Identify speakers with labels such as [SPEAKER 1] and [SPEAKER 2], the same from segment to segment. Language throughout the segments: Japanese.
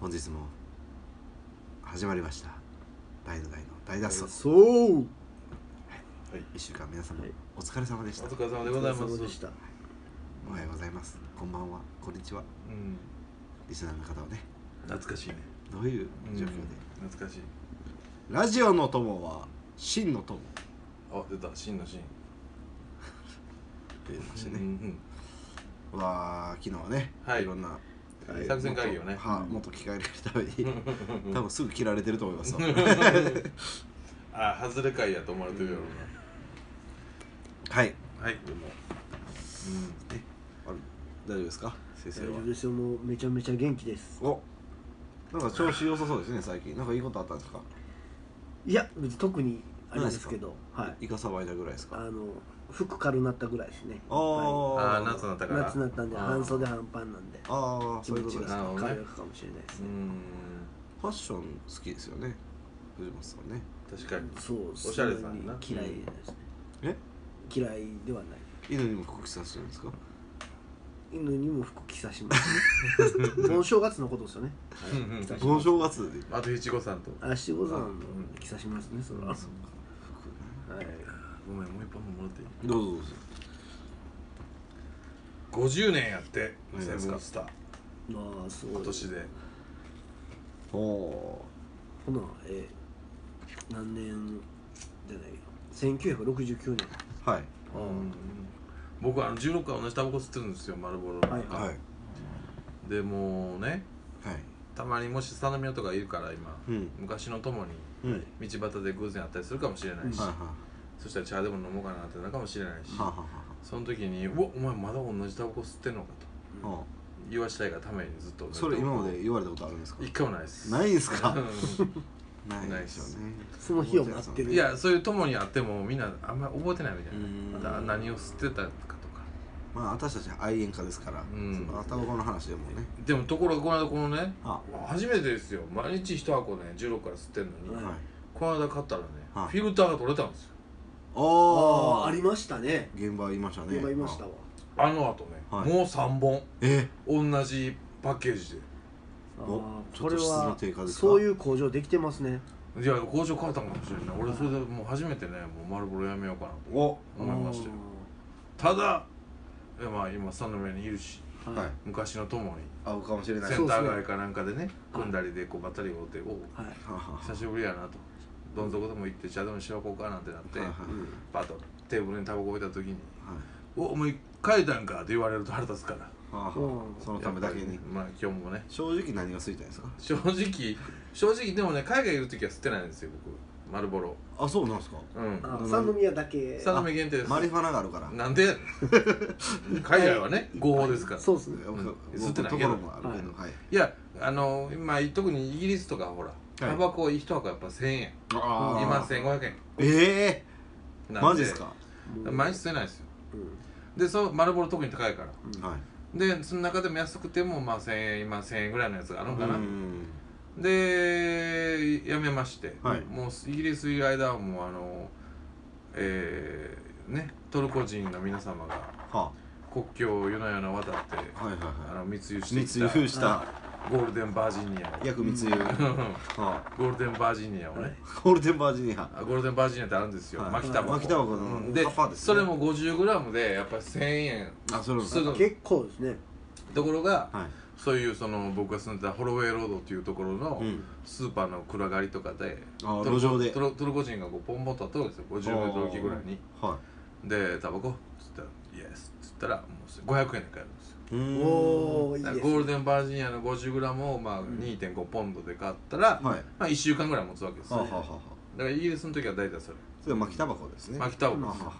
[SPEAKER 1] 本日も始まりました大の大の大脱走
[SPEAKER 2] そう
[SPEAKER 1] 1週間皆様
[SPEAKER 2] はい
[SPEAKER 1] お疲れ様でし
[SPEAKER 3] お
[SPEAKER 1] た、
[SPEAKER 3] 疲れ様でございます
[SPEAKER 2] お疲れ様でした
[SPEAKER 1] おはようございますこんばんはこんにちは
[SPEAKER 3] うん
[SPEAKER 1] リスナーの方はね
[SPEAKER 3] 懐かしいね
[SPEAKER 1] どういう
[SPEAKER 3] うん
[SPEAKER 1] 状況で、
[SPEAKER 3] 懐かしい
[SPEAKER 1] ラジオの友は真の友
[SPEAKER 3] あ出た真の真
[SPEAKER 1] と言いまして
[SPEAKER 3] う
[SPEAKER 1] ね、
[SPEAKER 3] ん
[SPEAKER 1] わあ昨日はね、
[SPEAKER 3] はい
[SPEAKER 1] いろんな
[SPEAKER 3] うん作戦会議をね
[SPEAKER 1] はもっと着替えるために
[SPEAKER 3] うん
[SPEAKER 1] 多分すぐ切られてると思いますわ
[SPEAKER 3] あ外れ会やと思われてるやろ
[SPEAKER 1] はい
[SPEAKER 3] なはい
[SPEAKER 1] でも
[SPEAKER 3] うん
[SPEAKER 1] あれ大丈夫ですか先
[SPEAKER 2] 大
[SPEAKER 1] 生
[SPEAKER 2] 丈
[SPEAKER 1] は
[SPEAKER 2] 夫ですよもうめちゃめちゃ元気です
[SPEAKER 1] おなんか調子良さそうですね最近なんかいいことあったんですか
[SPEAKER 2] いや別に特にあれですけどはい
[SPEAKER 1] イカサバイだぐらいです
[SPEAKER 2] あ
[SPEAKER 1] か
[SPEAKER 2] の服軽なったぐらいですね
[SPEAKER 1] あー
[SPEAKER 3] ああ夏になった
[SPEAKER 2] は
[SPEAKER 3] か
[SPEAKER 2] い
[SPEAKER 3] ら
[SPEAKER 2] 夏になったんで
[SPEAKER 3] あー
[SPEAKER 2] 半袖半パンなんで
[SPEAKER 1] ああ
[SPEAKER 2] 気
[SPEAKER 1] そういう
[SPEAKER 2] 持
[SPEAKER 1] こと
[SPEAKER 2] ちが
[SPEAKER 1] です
[SPEAKER 3] なるほどね
[SPEAKER 2] 軽やかかもしれないです
[SPEAKER 3] う
[SPEAKER 2] ね
[SPEAKER 3] ん
[SPEAKER 1] ファッション好きですよね藤本さんね
[SPEAKER 3] 確かに
[SPEAKER 2] そう
[SPEAKER 3] おしゃれさんやな
[SPEAKER 2] そんなに嫌いですね
[SPEAKER 1] え
[SPEAKER 2] 嫌いではない
[SPEAKER 1] 犬にも服着させてるんですか
[SPEAKER 2] 犬にも服着さしま すね盆正月のことですよね
[SPEAKER 3] うんうん
[SPEAKER 2] 着さします
[SPEAKER 1] 盆正月で
[SPEAKER 3] あといちごさんと
[SPEAKER 2] あ七五三
[SPEAKER 3] あう
[SPEAKER 2] の
[SPEAKER 3] ん
[SPEAKER 2] 着さしますねそれは
[SPEAKER 3] う
[SPEAKER 2] は
[SPEAKER 3] ん
[SPEAKER 2] い
[SPEAKER 3] そ
[SPEAKER 1] 服
[SPEAKER 3] ごめんもう一本もらっていい
[SPEAKER 1] どうぞどうぞ
[SPEAKER 3] 50年やって
[SPEAKER 1] 何
[SPEAKER 3] セ
[SPEAKER 1] ですか
[SPEAKER 3] ブンスター
[SPEAKER 2] まあそう
[SPEAKER 3] 今年で
[SPEAKER 1] お
[SPEAKER 2] ほなえー何年じゃないよ1969年
[SPEAKER 1] ーはい
[SPEAKER 3] うん僕あの16回同じタバコ吸ってるんですよ丸ボロの
[SPEAKER 2] はい
[SPEAKER 1] はいはい
[SPEAKER 3] でもうねたまにもしサナミオとかいるから今
[SPEAKER 1] うん
[SPEAKER 3] 昔の友に
[SPEAKER 1] うんはい
[SPEAKER 3] 道端で偶然会ったりするかもしれないし、
[SPEAKER 1] はいは
[SPEAKER 3] そしたら茶でも飲もうかなってなるかもしれないし、
[SPEAKER 1] いはあはあは
[SPEAKER 3] その時に「うわお前まだ同じタバコ吸ってんのか」と
[SPEAKER 1] あはあ
[SPEAKER 3] 言わしたいがためにずっと同じタ
[SPEAKER 1] そ
[SPEAKER 3] バコ
[SPEAKER 1] れ今まで言われたことあるんですか
[SPEAKER 3] 一回もないです
[SPEAKER 1] ないんすか
[SPEAKER 3] うん
[SPEAKER 1] ないですよね
[SPEAKER 2] その日を待ってる
[SPEAKER 3] いやそういう友に会ってもみんなあんまり覚えてないみた
[SPEAKER 1] う
[SPEAKER 3] い
[SPEAKER 1] ん
[SPEAKER 3] な、だ何を吸ってたかとか
[SPEAKER 1] まあ私たち愛煙家ですから
[SPEAKER 3] うん
[SPEAKER 1] そのタバコの話でもね
[SPEAKER 3] でもところがこの間このね
[SPEAKER 1] あ
[SPEAKER 3] 初めてですよ毎日一箱ね16から吸ってんのに、
[SPEAKER 2] はい
[SPEAKER 1] はい
[SPEAKER 3] この間買ったらね、
[SPEAKER 1] はい
[SPEAKER 3] フィルターが取れたんですよ
[SPEAKER 1] お
[SPEAKER 2] ああありましたね
[SPEAKER 1] 現場いましたね
[SPEAKER 2] 今いましたわ
[SPEAKER 3] あの後ね、
[SPEAKER 1] はい
[SPEAKER 3] もう3本
[SPEAKER 1] え
[SPEAKER 3] 同じパッケージで
[SPEAKER 2] あ
[SPEAKER 1] お
[SPEAKER 2] ー
[SPEAKER 1] ちょっと質の低下ですか
[SPEAKER 2] そういう工場できてますね
[SPEAKER 3] いや工場変えたかもしれない俺それでもう初めてねもう丸ボロやめようかなと
[SPEAKER 1] お
[SPEAKER 3] 思いましたよただいやまあ今三宮にいるし
[SPEAKER 2] あー
[SPEAKER 1] は
[SPEAKER 2] はいい
[SPEAKER 3] 昔の友に
[SPEAKER 1] 合うかもしれない
[SPEAKER 3] セ
[SPEAKER 1] は
[SPEAKER 3] ンター街かなんかでね組んだりでこうばったり会うておう
[SPEAKER 2] はい
[SPEAKER 1] あは
[SPEAKER 3] 久しぶりやなとどん底でも行って茶でもしようこうかなんてなって
[SPEAKER 1] あはい
[SPEAKER 3] パッとテーブルにタバコ置いた時
[SPEAKER 1] は
[SPEAKER 3] に
[SPEAKER 1] い
[SPEAKER 3] 「おお前変えたんか」って言われると腹立つから
[SPEAKER 1] はあ
[SPEAKER 2] うん
[SPEAKER 1] はあそのためだけ
[SPEAKER 3] やっぱり
[SPEAKER 1] に
[SPEAKER 3] ねまあ今日もね
[SPEAKER 1] 正直何がついたんですか
[SPEAKER 3] 正直正直でもね海外いる時は吸ってないんですよ僕丸ボロ
[SPEAKER 1] あそうなんですか
[SPEAKER 3] うん
[SPEAKER 2] あー三宮だけ
[SPEAKER 3] 三宮限定です
[SPEAKER 1] マリファナがあるから
[SPEAKER 3] なんで やねん海外はね合法ですから
[SPEAKER 2] そうですね
[SPEAKER 1] 僕
[SPEAKER 3] うん吸
[SPEAKER 1] 僕
[SPEAKER 3] って
[SPEAKER 1] と
[SPEAKER 3] ない
[SPEAKER 1] こ
[SPEAKER 3] けど
[SPEAKER 1] ろもあるけどはい
[SPEAKER 3] いやあの今特にイギリスとかほらタバコ一箱やっぱ1000円
[SPEAKER 1] あー
[SPEAKER 3] 今1500円
[SPEAKER 1] ええ
[SPEAKER 3] なん
[SPEAKER 1] マジですか
[SPEAKER 2] もう
[SPEAKER 3] 毎日吸えないですよ
[SPEAKER 2] うん
[SPEAKER 3] でそう丸ボロ特に高いから
[SPEAKER 2] うん
[SPEAKER 1] はい
[SPEAKER 3] でその中でも安くてもまあ1000円今1000円ぐらいのやつがあるのかな、
[SPEAKER 1] うん
[SPEAKER 3] でやめまして、
[SPEAKER 1] はい
[SPEAKER 3] もうイギリスいる間はもうあのえー、ねトルコ人の皆様が
[SPEAKER 1] は
[SPEAKER 3] 国境を夜な夜な渡って
[SPEAKER 1] あはいはい
[SPEAKER 3] あ
[SPEAKER 1] は
[SPEAKER 3] の密輸
[SPEAKER 1] い
[SPEAKER 3] して
[SPEAKER 1] 密
[SPEAKER 3] きた
[SPEAKER 1] 輸した
[SPEAKER 3] ゴールデンバージニアを
[SPEAKER 1] 約密輸はあ
[SPEAKER 3] ゴールデンバージニアをね、
[SPEAKER 1] ゴールデンバージニア
[SPEAKER 3] あゴールデンバージニアってあるんですよ、
[SPEAKER 1] はい
[SPEAKER 3] 巻きタバコ
[SPEAKER 1] 巻きタバコの
[SPEAKER 3] うんで
[SPEAKER 1] カッパーですね
[SPEAKER 3] それも 50g でやっぱり1000円
[SPEAKER 1] あそれも
[SPEAKER 3] それ
[SPEAKER 1] は
[SPEAKER 3] の
[SPEAKER 2] 結構ですね
[SPEAKER 3] ところが、
[SPEAKER 1] い
[SPEAKER 3] そういうその僕が住んでたホロウェイロードっていうところの
[SPEAKER 1] うん
[SPEAKER 3] スーパーの暗がりとかで、
[SPEAKER 1] あ
[SPEAKER 3] トルコ
[SPEAKER 1] 路上で
[SPEAKER 3] トルトルコ人がこうポンポンと立ってるんですよ 50m 置きぐらいに
[SPEAKER 1] は
[SPEAKER 3] で「タバコ?」っつったら「イエス」っつったらもう500円で買えるんですよ
[SPEAKER 1] いお
[SPEAKER 2] おおいい
[SPEAKER 3] だか
[SPEAKER 2] で
[SPEAKER 3] ら
[SPEAKER 2] すね
[SPEAKER 3] ゴールデンバージニアの 50g をまあ
[SPEAKER 2] ん
[SPEAKER 3] 2.5ポンドで買ったら、
[SPEAKER 1] はい
[SPEAKER 3] まあ1週間ぐらい持つわけです
[SPEAKER 1] はあ
[SPEAKER 3] よ、
[SPEAKER 1] はあはあはあ
[SPEAKER 3] だからイギリスの時は大体それ
[SPEAKER 1] それは巻きタバコですね
[SPEAKER 3] 巻きタバ
[SPEAKER 1] はあ
[SPEAKER 3] コ
[SPEAKER 1] は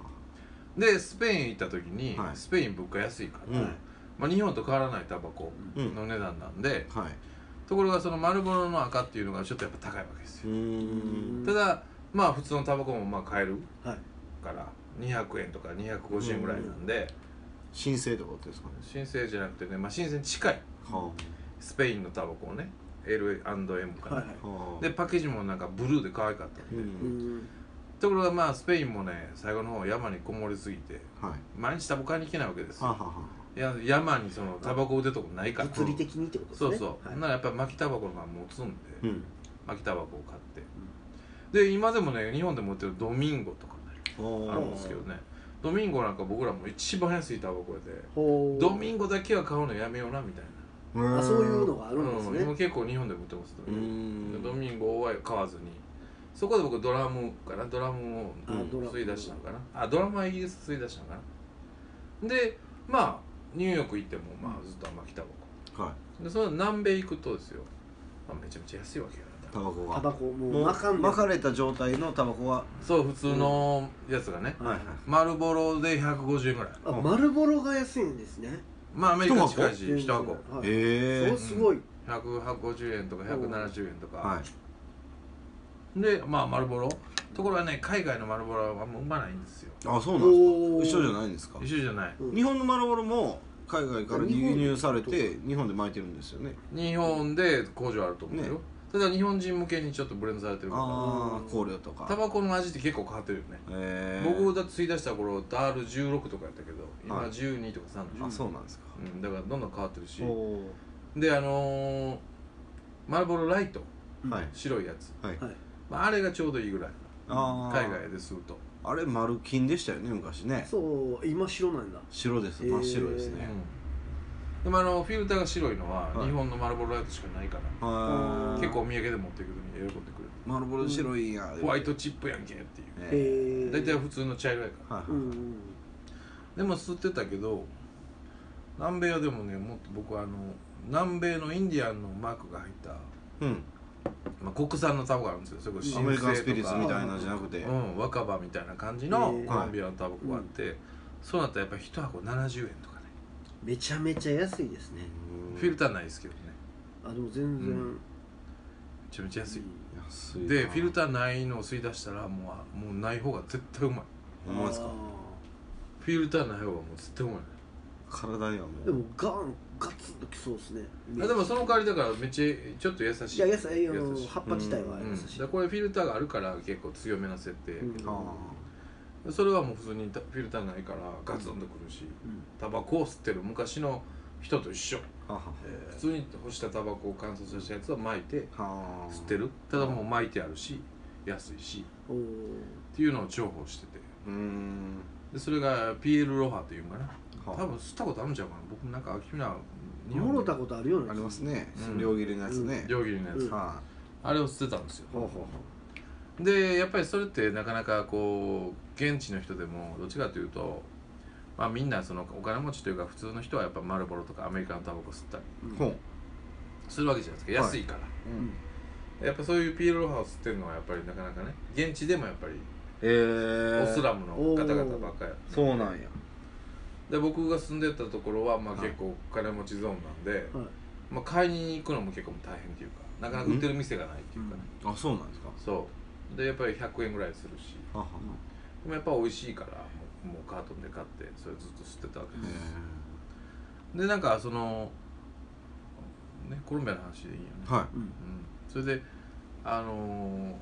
[SPEAKER 1] あ
[SPEAKER 3] です
[SPEAKER 1] は
[SPEAKER 3] でスペイン行った時に、
[SPEAKER 1] はい
[SPEAKER 3] スペイン物価安いから、
[SPEAKER 1] うん
[SPEAKER 3] まあ、日本と変わらないタバコ
[SPEAKER 1] うん
[SPEAKER 3] の値段なんで、
[SPEAKER 1] あはい
[SPEAKER 3] ところがその丸ボロの赤っていうのがちょっとやっぱ高いわけです
[SPEAKER 1] う
[SPEAKER 3] よ、
[SPEAKER 1] ーん
[SPEAKER 3] ただまあ普通のタバコもまあ買える
[SPEAKER 2] はい
[SPEAKER 3] から200円とか250円ぐらいなんで、
[SPEAKER 1] 申請ってことですかね
[SPEAKER 3] 新生じゃなくてね、まあ、新生に近い
[SPEAKER 1] は
[SPEAKER 3] スペインのタバコをね L&M かな、
[SPEAKER 2] はいはい
[SPEAKER 1] あはあ
[SPEAKER 3] でパッケージもなんかブルーで可愛かった
[SPEAKER 1] う
[SPEAKER 2] うんん
[SPEAKER 3] ところがまあスペインもね最後の方山にこもりすぎて
[SPEAKER 1] はい
[SPEAKER 3] 毎日タバコ買いに行けないわけです
[SPEAKER 1] はあ
[SPEAKER 3] よ
[SPEAKER 1] はあは
[SPEAKER 3] や山にそのタバコ売ってるとこないから
[SPEAKER 2] 物理的にってことです
[SPEAKER 3] そ
[SPEAKER 2] ね
[SPEAKER 3] うそう、
[SPEAKER 2] はい
[SPEAKER 3] ならやっぱり巻きタバコがもう積んで、
[SPEAKER 1] うん
[SPEAKER 3] 巻きタバコを買って、で今でもね日本でも売ってるドミンゴとかねあるんですけどねドミンゴなんか僕らも一番安いタバコやで
[SPEAKER 2] ほう
[SPEAKER 3] ドミンゴだけは買うのやめようなみたいな
[SPEAKER 2] あそういうのがあ
[SPEAKER 3] あ
[SPEAKER 2] るんですね、
[SPEAKER 3] 今結構日本でも売ってます
[SPEAKER 1] うーん
[SPEAKER 3] ドミンゴは買わずにそこで僕ドラムかなドラムを
[SPEAKER 2] あドラム
[SPEAKER 3] 吸い出したのかなあドラムはイギリス吸い出したのかなでまあニューヨーク行ってもまあずっと巻きタバ
[SPEAKER 1] は
[SPEAKER 3] コでその南米行くとですよ、まあ、めちゃめちゃ安いわけよ
[SPEAKER 1] いタバコが
[SPEAKER 2] タバコも
[SPEAKER 1] も
[SPEAKER 2] う
[SPEAKER 1] う
[SPEAKER 2] まかん
[SPEAKER 1] 巻か
[SPEAKER 2] れ
[SPEAKER 1] れた状態のタバコは
[SPEAKER 3] そう普通のやつがね、
[SPEAKER 2] はい
[SPEAKER 3] 丸ボロで150円ぐらい
[SPEAKER 2] あ丸ボロが安いんですね
[SPEAKER 3] まあアメリカに近いし
[SPEAKER 2] 全
[SPEAKER 3] 1
[SPEAKER 2] 然
[SPEAKER 3] 箱
[SPEAKER 2] はい
[SPEAKER 1] え
[SPEAKER 2] そうすごい、
[SPEAKER 3] 150円とか170円とか、
[SPEAKER 1] はい
[SPEAKER 3] でまあ丸ボロところがね海外の丸ボロはあんま生まないんですよ
[SPEAKER 1] あそうなん
[SPEAKER 2] おー
[SPEAKER 1] ですか一緒じゃないんですか
[SPEAKER 3] 一緒じゃない
[SPEAKER 2] うん
[SPEAKER 1] 日本の丸ボロも海外から
[SPEAKER 2] 日本
[SPEAKER 1] 輸入されて日本で巻いてるんですよね
[SPEAKER 3] 日本で工場あると思うよ、
[SPEAKER 1] ね
[SPEAKER 3] ただ日本人向けにちょっとブレンドされてるか
[SPEAKER 1] ああコーラとから
[SPEAKER 3] タバコの味って結構変わってるよね、
[SPEAKER 1] えー
[SPEAKER 3] 僕だって吸い出した頃 R16 とかやったけど今
[SPEAKER 1] はい
[SPEAKER 3] 12とか30、
[SPEAKER 1] あそうなんですか
[SPEAKER 3] うん、だからどんどん変わってるし
[SPEAKER 1] おー
[SPEAKER 3] であのー、マルボロライト
[SPEAKER 1] はい
[SPEAKER 3] 白いやつ、
[SPEAKER 1] はい
[SPEAKER 2] はい
[SPEAKER 3] まあ、あれがちょうどいいぐらい
[SPEAKER 1] あー
[SPEAKER 3] 海外で吸うと、
[SPEAKER 1] あれ丸金でしたよね昔ね
[SPEAKER 2] そう今白なんだ
[SPEAKER 1] 白です真っ白です
[SPEAKER 3] うん
[SPEAKER 1] ね、
[SPEAKER 3] でもあのフィルターが白いのは
[SPEAKER 1] はい
[SPEAKER 3] 日本のマルボロライトしかないから、
[SPEAKER 1] は
[SPEAKER 2] うん
[SPEAKER 1] い
[SPEAKER 3] 結構お土産で持ってくるのに喜んでくれる
[SPEAKER 1] 丸ボロで白いんや
[SPEAKER 3] ホワイトチップやんけっていう
[SPEAKER 1] ね
[SPEAKER 2] へえ
[SPEAKER 3] 大体普通の茶色やから
[SPEAKER 1] はいはい
[SPEAKER 2] うんうん
[SPEAKER 3] でも吸ってたけど南米はでもねもっと僕はあの南米のインディアンのマークが入った、
[SPEAKER 1] うん
[SPEAKER 3] まあ、国産のタバコがあるんですよそれこそ
[SPEAKER 1] ア
[SPEAKER 3] 新
[SPEAKER 1] メリ
[SPEAKER 3] 生と
[SPEAKER 1] カ
[SPEAKER 3] か
[SPEAKER 1] ンスピリッツみたいなんじゃなくて
[SPEAKER 3] うん、若葉みたいな感じの
[SPEAKER 2] へー
[SPEAKER 3] コロンビアのタバコがあって、そうなったらやっぱ1箱70円とかね、
[SPEAKER 2] めちゃめちゃ安いですね
[SPEAKER 1] うん
[SPEAKER 3] フィルターないですけどね
[SPEAKER 2] あでも全
[SPEAKER 3] う
[SPEAKER 2] 然、
[SPEAKER 3] んめちゃめちゃ安い、
[SPEAKER 1] 安いな
[SPEAKER 3] でフィルターないのを吸い出したらもうもうない方が絶対うまい
[SPEAKER 1] ほんまですか
[SPEAKER 2] あ
[SPEAKER 3] フィルターない方がもう絶対うまい
[SPEAKER 1] 体にはも
[SPEAKER 2] ー
[SPEAKER 1] う
[SPEAKER 2] でもガンガツンときそうですね
[SPEAKER 3] あでもその代わりだからめっちゃちょっと優しい
[SPEAKER 2] いや野菜あの
[SPEAKER 3] 優しい
[SPEAKER 2] 葉っぱ自体は
[SPEAKER 3] うん、
[SPEAKER 2] 優
[SPEAKER 3] だ
[SPEAKER 2] しい、
[SPEAKER 3] からこれフィルターがあるから結構強めな設定、
[SPEAKER 2] うん
[SPEAKER 1] あ
[SPEAKER 3] それはもう普通にたフィルターないからガツンとくるし
[SPEAKER 2] うん
[SPEAKER 3] タバコを吸ってる昔の人と一緒、
[SPEAKER 1] ーは
[SPEAKER 3] 普通に干したタバコを乾燥させたやつは巻いて
[SPEAKER 1] あはあ
[SPEAKER 3] 吸ってるただもう巻いてあるし安いし
[SPEAKER 2] おー
[SPEAKER 3] っていうのを重宝してて
[SPEAKER 1] うーん
[SPEAKER 3] でそれがピエール・ロハというんかな
[SPEAKER 1] は
[SPEAKER 3] 多分吸ったことあるんちゃうかな僕なんか秋村日
[SPEAKER 2] もろ
[SPEAKER 3] 本
[SPEAKER 2] た
[SPEAKER 3] で
[SPEAKER 2] ことあるよね
[SPEAKER 1] ありますね
[SPEAKER 3] うん
[SPEAKER 1] 両切れのやつね
[SPEAKER 3] 料理のやつ、
[SPEAKER 2] うん
[SPEAKER 1] は
[SPEAKER 3] あれを吸ってたんですよ
[SPEAKER 1] いほうほう
[SPEAKER 3] でやっぱりそれってなかなかこう現地の人でもどっちかというと、まあ、みんなそのお金持ちというか普通の人はやっぱマルボロとかアメリカのタバコ吸ったり
[SPEAKER 1] ほうほ
[SPEAKER 3] するわけじゃないですか
[SPEAKER 1] はい
[SPEAKER 3] 安いから、
[SPEAKER 1] ううん
[SPEAKER 3] やっぱそういうピエロロハを吸ってるのはやっぱりなかなかね現地でもやっぱり
[SPEAKER 1] えー
[SPEAKER 3] オスラムの方々ばっかり
[SPEAKER 1] そうなんや
[SPEAKER 3] で僕が住んでたところはまあ
[SPEAKER 1] はい
[SPEAKER 3] 結構お金持ちゾーンなんで、
[SPEAKER 2] はい
[SPEAKER 3] まあ、買いに行くのも結構大変というかなかなか売ってる店がないというかね、
[SPEAKER 1] あそうなんですか
[SPEAKER 3] そうでやっぱり100円ぐらいするし
[SPEAKER 1] はは
[SPEAKER 3] でもやっぱ美味しいからもうもうカートンで買ってそれずっと吸ってたわけ
[SPEAKER 1] へ
[SPEAKER 3] です、
[SPEAKER 1] え
[SPEAKER 3] でなんかそのねコロンビアの話でいいよね、
[SPEAKER 1] はい
[SPEAKER 2] うん
[SPEAKER 3] うん、それであのー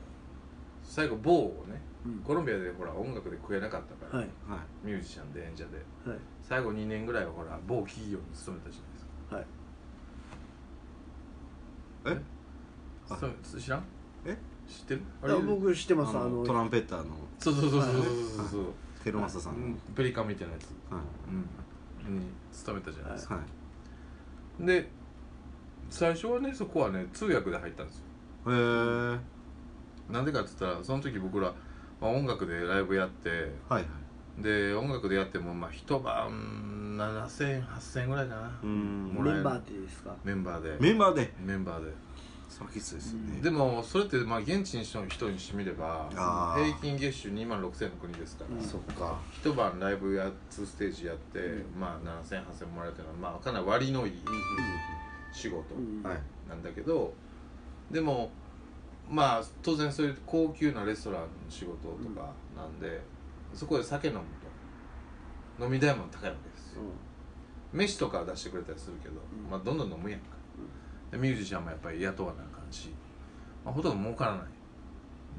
[SPEAKER 3] 最後棒をね
[SPEAKER 2] うん
[SPEAKER 3] コロンビアでほら音楽で食えなかったから、
[SPEAKER 2] はい
[SPEAKER 1] はい
[SPEAKER 3] ミュージシャンで演者で
[SPEAKER 2] はい
[SPEAKER 3] 最後2年ぐらいはほら某企業に勤めたじゃないですか
[SPEAKER 2] はい
[SPEAKER 1] えあ
[SPEAKER 3] 勤め知らん
[SPEAKER 1] え
[SPEAKER 3] 知ってるあ
[SPEAKER 2] あ
[SPEAKER 3] れ
[SPEAKER 2] 僕知って
[SPEAKER 1] あ
[SPEAKER 2] ますあ
[SPEAKER 1] の
[SPEAKER 2] の
[SPEAKER 1] トランペッターの
[SPEAKER 3] そうそうそうそうそうそうそう、
[SPEAKER 1] テロマサさ
[SPEAKER 3] うん
[SPEAKER 1] の
[SPEAKER 3] んペリカンみたいなやつ、
[SPEAKER 1] は
[SPEAKER 3] うん、に勤めたじゃないですか、
[SPEAKER 1] いはい
[SPEAKER 3] で最初はねそこはね通訳で入ったんですよ
[SPEAKER 1] へえ
[SPEAKER 3] なんでかって言ったらその時僕ら、まあ、音楽でライブやって
[SPEAKER 1] はいはい
[SPEAKER 3] で音楽でやってもまあ一晩70008000ぐらいかな、
[SPEAKER 1] うん
[SPEAKER 3] もらえる
[SPEAKER 2] メンバーってですか
[SPEAKER 3] メンバーで
[SPEAKER 1] メンバーで
[SPEAKER 3] メンバーで
[SPEAKER 1] それはきついですよね
[SPEAKER 3] でもそれってまあ現地の人にしてみれば
[SPEAKER 1] あー
[SPEAKER 3] 平均月収2万6000の国ですから、
[SPEAKER 2] うん
[SPEAKER 1] そっか
[SPEAKER 3] 一晩ライブや2ステージやって、
[SPEAKER 2] う
[SPEAKER 3] まあ70008000もらえてるのはまあかなり割のいい仕事、
[SPEAKER 2] うん
[SPEAKER 1] はい
[SPEAKER 3] なんだけどでもまあ当然そういう高級なレストランの仕事とかなんで、そこで酒飲むと飲み代も高いわけですよ、飯とかは出してくれたりするけど、
[SPEAKER 2] うん
[SPEAKER 3] まあどんどん飲むやんか、でミュージシャンもやっぱり雇わなあかんし、まあ、ほとんど儲から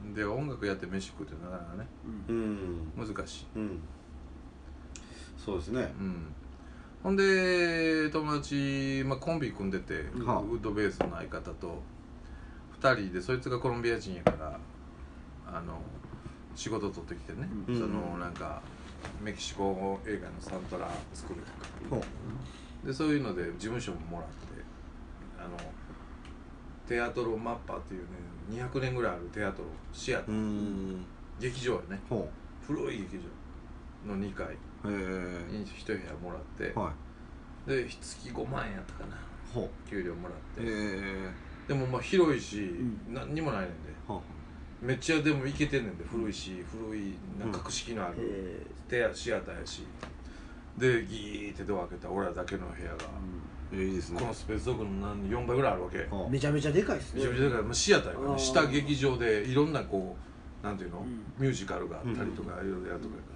[SPEAKER 3] ないで音楽やって飯食うってなかなかね
[SPEAKER 2] うん
[SPEAKER 1] うん
[SPEAKER 3] 難しい
[SPEAKER 1] うんそうですね
[SPEAKER 3] うんほんで友達、まあ、コンビ組んでて、
[SPEAKER 1] はあ
[SPEAKER 3] ウッドベースの相方と2人でそいつがコロンビア人やからあの仕事取ってきてね、
[SPEAKER 1] うん
[SPEAKER 3] そのなんかメキシコ映画のサントラ作るとか
[SPEAKER 1] ほう
[SPEAKER 3] でそういうので事務所ももらってあのテアトロマッパーっていうね200年ぐらいあるテアトロシアタ
[SPEAKER 1] う
[SPEAKER 3] ー、
[SPEAKER 1] ーん
[SPEAKER 3] 劇場やね
[SPEAKER 1] ほ
[SPEAKER 3] 古い劇場の2階
[SPEAKER 1] うへ
[SPEAKER 3] に一部屋もらって
[SPEAKER 1] えはい
[SPEAKER 3] で月5万円やったかな
[SPEAKER 1] ほう
[SPEAKER 3] 給料もらって、
[SPEAKER 1] え
[SPEAKER 3] でもまあ広いし、
[SPEAKER 2] ん
[SPEAKER 3] 何にもないねんで
[SPEAKER 1] ー、は
[SPEAKER 3] めっちゃでもいけてんねんで古いし古いなんか格式のある
[SPEAKER 2] え
[SPEAKER 3] テアシアターやしでギーってドア開けた俺らだけの部屋が、
[SPEAKER 1] えー、いいですね
[SPEAKER 3] このスペースドッグの何4倍ぐらいあるわけ、
[SPEAKER 1] は
[SPEAKER 2] ー
[SPEAKER 1] あ
[SPEAKER 2] めちゃめちゃでかいっすね
[SPEAKER 3] 非常にだからまあシアターやから
[SPEAKER 2] あー
[SPEAKER 3] ね下劇場でいろんなこうなんていうの、
[SPEAKER 2] うん
[SPEAKER 3] ミュージカルがあったりとかいろいろやるとかやか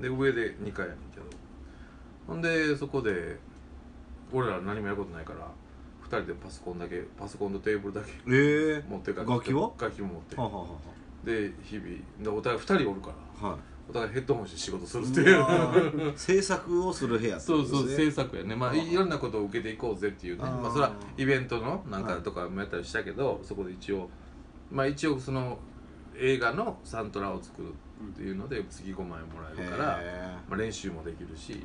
[SPEAKER 3] らで上で2階やねんけどほんでそこで俺ら何もやることないから2人でパソコンだけパソコンとテーブルだけ
[SPEAKER 1] えー、
[SPEAKER 3] 持って帰って
[SPEAKER 1] 楽器は
[SPEAKER 3] 楽器も持って
[SPEAKER 1] はあ、はあは
[SPEAKER 3] で日々でお互い2人おるから
[SPEAKER 1] あは
[SPEAKER 3] お互いヘッドホンして仕事する
[SPEAKER 1] い
[SPEAKER 3] っていう
[SPEAKER 1] うわ ー制作をする部屋ってこ
[SPEAKER 3] そうそ
[SPEAKER 1] と
[SPEAKER 3] う
[SPEAKER 1] ですね
[SPEAKER 3] 制作やねまあ
[SPEAKER 1] あー
[SPEAKER 3] いろんなことを受けていこうぜっていうね
[SPEAKER 1] あー
[SPEAKER 3] まあそれはイベントのなんかとかもやったりしたけど、そこで一応まあ一応その映画のサントラを作るっていうので次5万円もらえるから、
[SPEAKER 1] へ
[SPEAKER 3] まあ、練習もできるし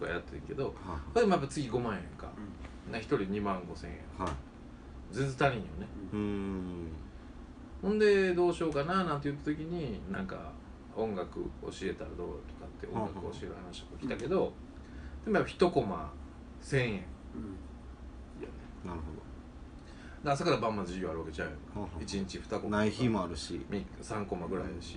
[SPEAKER 3] とかやってるけど
[SPEAKER 1] ーは
[SPEAKER 3] これでもやっぱ次5万円か、な1人2万5千円
[SPEAKER 1] あはい
[SPEAKER 3] 全然足りんよね
[SPEAKER 1] うーん
[SPEAKER 3] ほんでどうしようかななんて言った時になんか音楽教えたらどうとかって音楽教える話とか来たけど、でもやっぱ1コマ1000円
[SPEAKER 2] うん
[SPEAKER 1] なる
[SPEAKER 3] で朝から晩まで授業あるわけちゃうよ
[SPEAKER 1] ほどはあはあ
[SPEAKER 3] 1日2コマ
[SPEAKER 1] ない日もあるし
[SPEAKER 3] 3コマぐらいだし、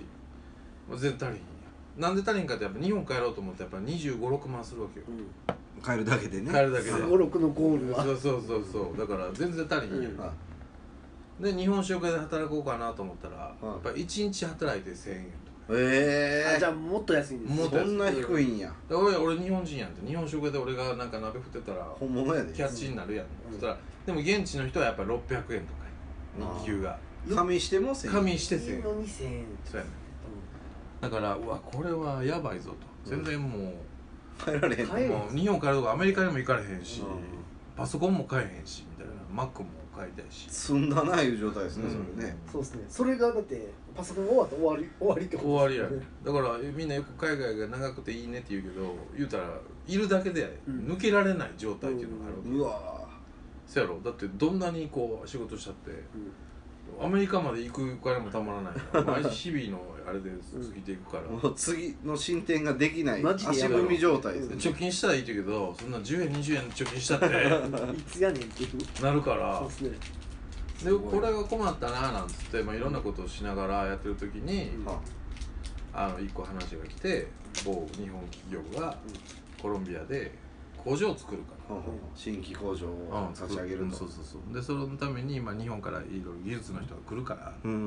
[SPEAKER 3] もう全然足りひんやなんで足りんかってやっぱ日本帰ろうと思ってやっぱ2 5六6万するわけよ
[SPEAKER 2] うん
[SPEAKER 1] 帰るだけでね
[SPEAKER 3] 帰るだけで
[SPEAKER 2] 三五六のゴールは
[SPEAKER 3] そうそうそうそうだから全然足りひんや、
[SPEAKER 2] うん
[SPEAKER 1] は
[SPEAKER 3] で日本食屋で働こうかなと思ったら、
[SPEAKER 1] い
[SPEAKER 3] やっぱ1日働いて1000円とか
[SPEAKER 1] いええ
[SPEAKER 2] あじゃあもっと安いんです
[SPEAKER 3] もっ
[SPEAKER 1] そ
[SPEAKER 3] と安い
[SPEAKER 1] んな低いんや
[SPEAKER 3] で俺俺日本人やんって日本食屋で俺がなんか鍋振ってたら
[SPEAKER 1] 本物や
[SPEAKER 3] キ
[SPEAKER 1] で
[SPEAKER 3] ャッチになるやん、
[SPEAKER 2] うん
[SPEAKER 3] そしたらでも現地の人はやっぱり600円とか
[SPEAKER 1] あー
[SPEAKER 3] 日給が
[SPEAKER 1] 加味しても1000
[SPEAKER 3] 加味
[SPEAKER 1] 円
[SPEAKER 3] して
[SPEAKER 2] いい
[SPEAKER 3] 1000円
[SPEAKER 2] のに千円
[SPEAKER 3] そうやねだからうわこれはやばいぞと全然も
[SPEAKER 1] 帰られへん
[SPEAKER 3] う,、
[SPEAKER 2] 帰うん
[SPEAKER 3] もう日本からとかアメリカにも行かれへんし、
[SPEAKER 1] うん
[SPEAKER 3] パソコンも買えへんしみたいなマックも買いたいし
[SPEAKER 1] 積んだないう状態ですね、
[SPEAKER 3] うん
[SPEAKER 1] それね
[SPEAKER 2] そうですねそれがだってパソコン終わったら終わり終わりってこ
[SPEAKER 3] 終わ
[SPEAKER 2] と
[SPEAKER 3] り
[SPEAKER 2] です
[SPEAKER 3] や
[SPEAKER 2] よ
[SPEAKER 3] ね
[SPEAKER 2] ね
[SPEAKER 3] だからみんなよく海外が長くていいねって言うけど言うたらいるだけで
[SPEAKER 2] うん
[SPEAKER 3] 抜けられない状態っていうのがあるわけ、
[SPEAKER 1] うわ
[SPEAKER 3] そやろだってどんなにこう仕事したってアメリカまで行くお金もたまらない から毎日日々のあれで過ぎていくから、
[SPEAKER 1] ーもう次の進展ができない
[SPEAKER 2] マジで
[SPEAKER 1] 足
[SPEAKER 2] やばい
[SPEAKER 1] 踏み状態ですね、
[SPEAKER 3] 貯金したらいいけどそんな10円20円貯金 したって
[SPEAKER 2] うんいつやねんっていう
[SPEAKER 3] なるか
[SPEAKER 2] そう
[SPEAKER 3] ら
[SPEAKER 2] ですね
[SPEAKER 3] でこれが困ったななんつって、まあ、いろんなことをしながらやってる時に、
[SPEAKER 2] うん
[SPEAKER 1] は
[SPEAKER 3] あの1個話が来て某日本企業が
[SPEAKER 2] うん
[SPEAKER 3] コロンビアで工場を作るから
[SPEAKER 1] あ、はあはあ新規工場
[SPEAKER 3] う
[SPEAKER 1] を
[SPEAKER 3] ん、
[SPEAKER 1] 立ち上げる
[SPEAKER 3] うん
[SPEAKER 1] と
[SPEAKER 3] そうそうそうでそのために今日本からいろいろ技術の人が来るから
[SPEAKER 1] うん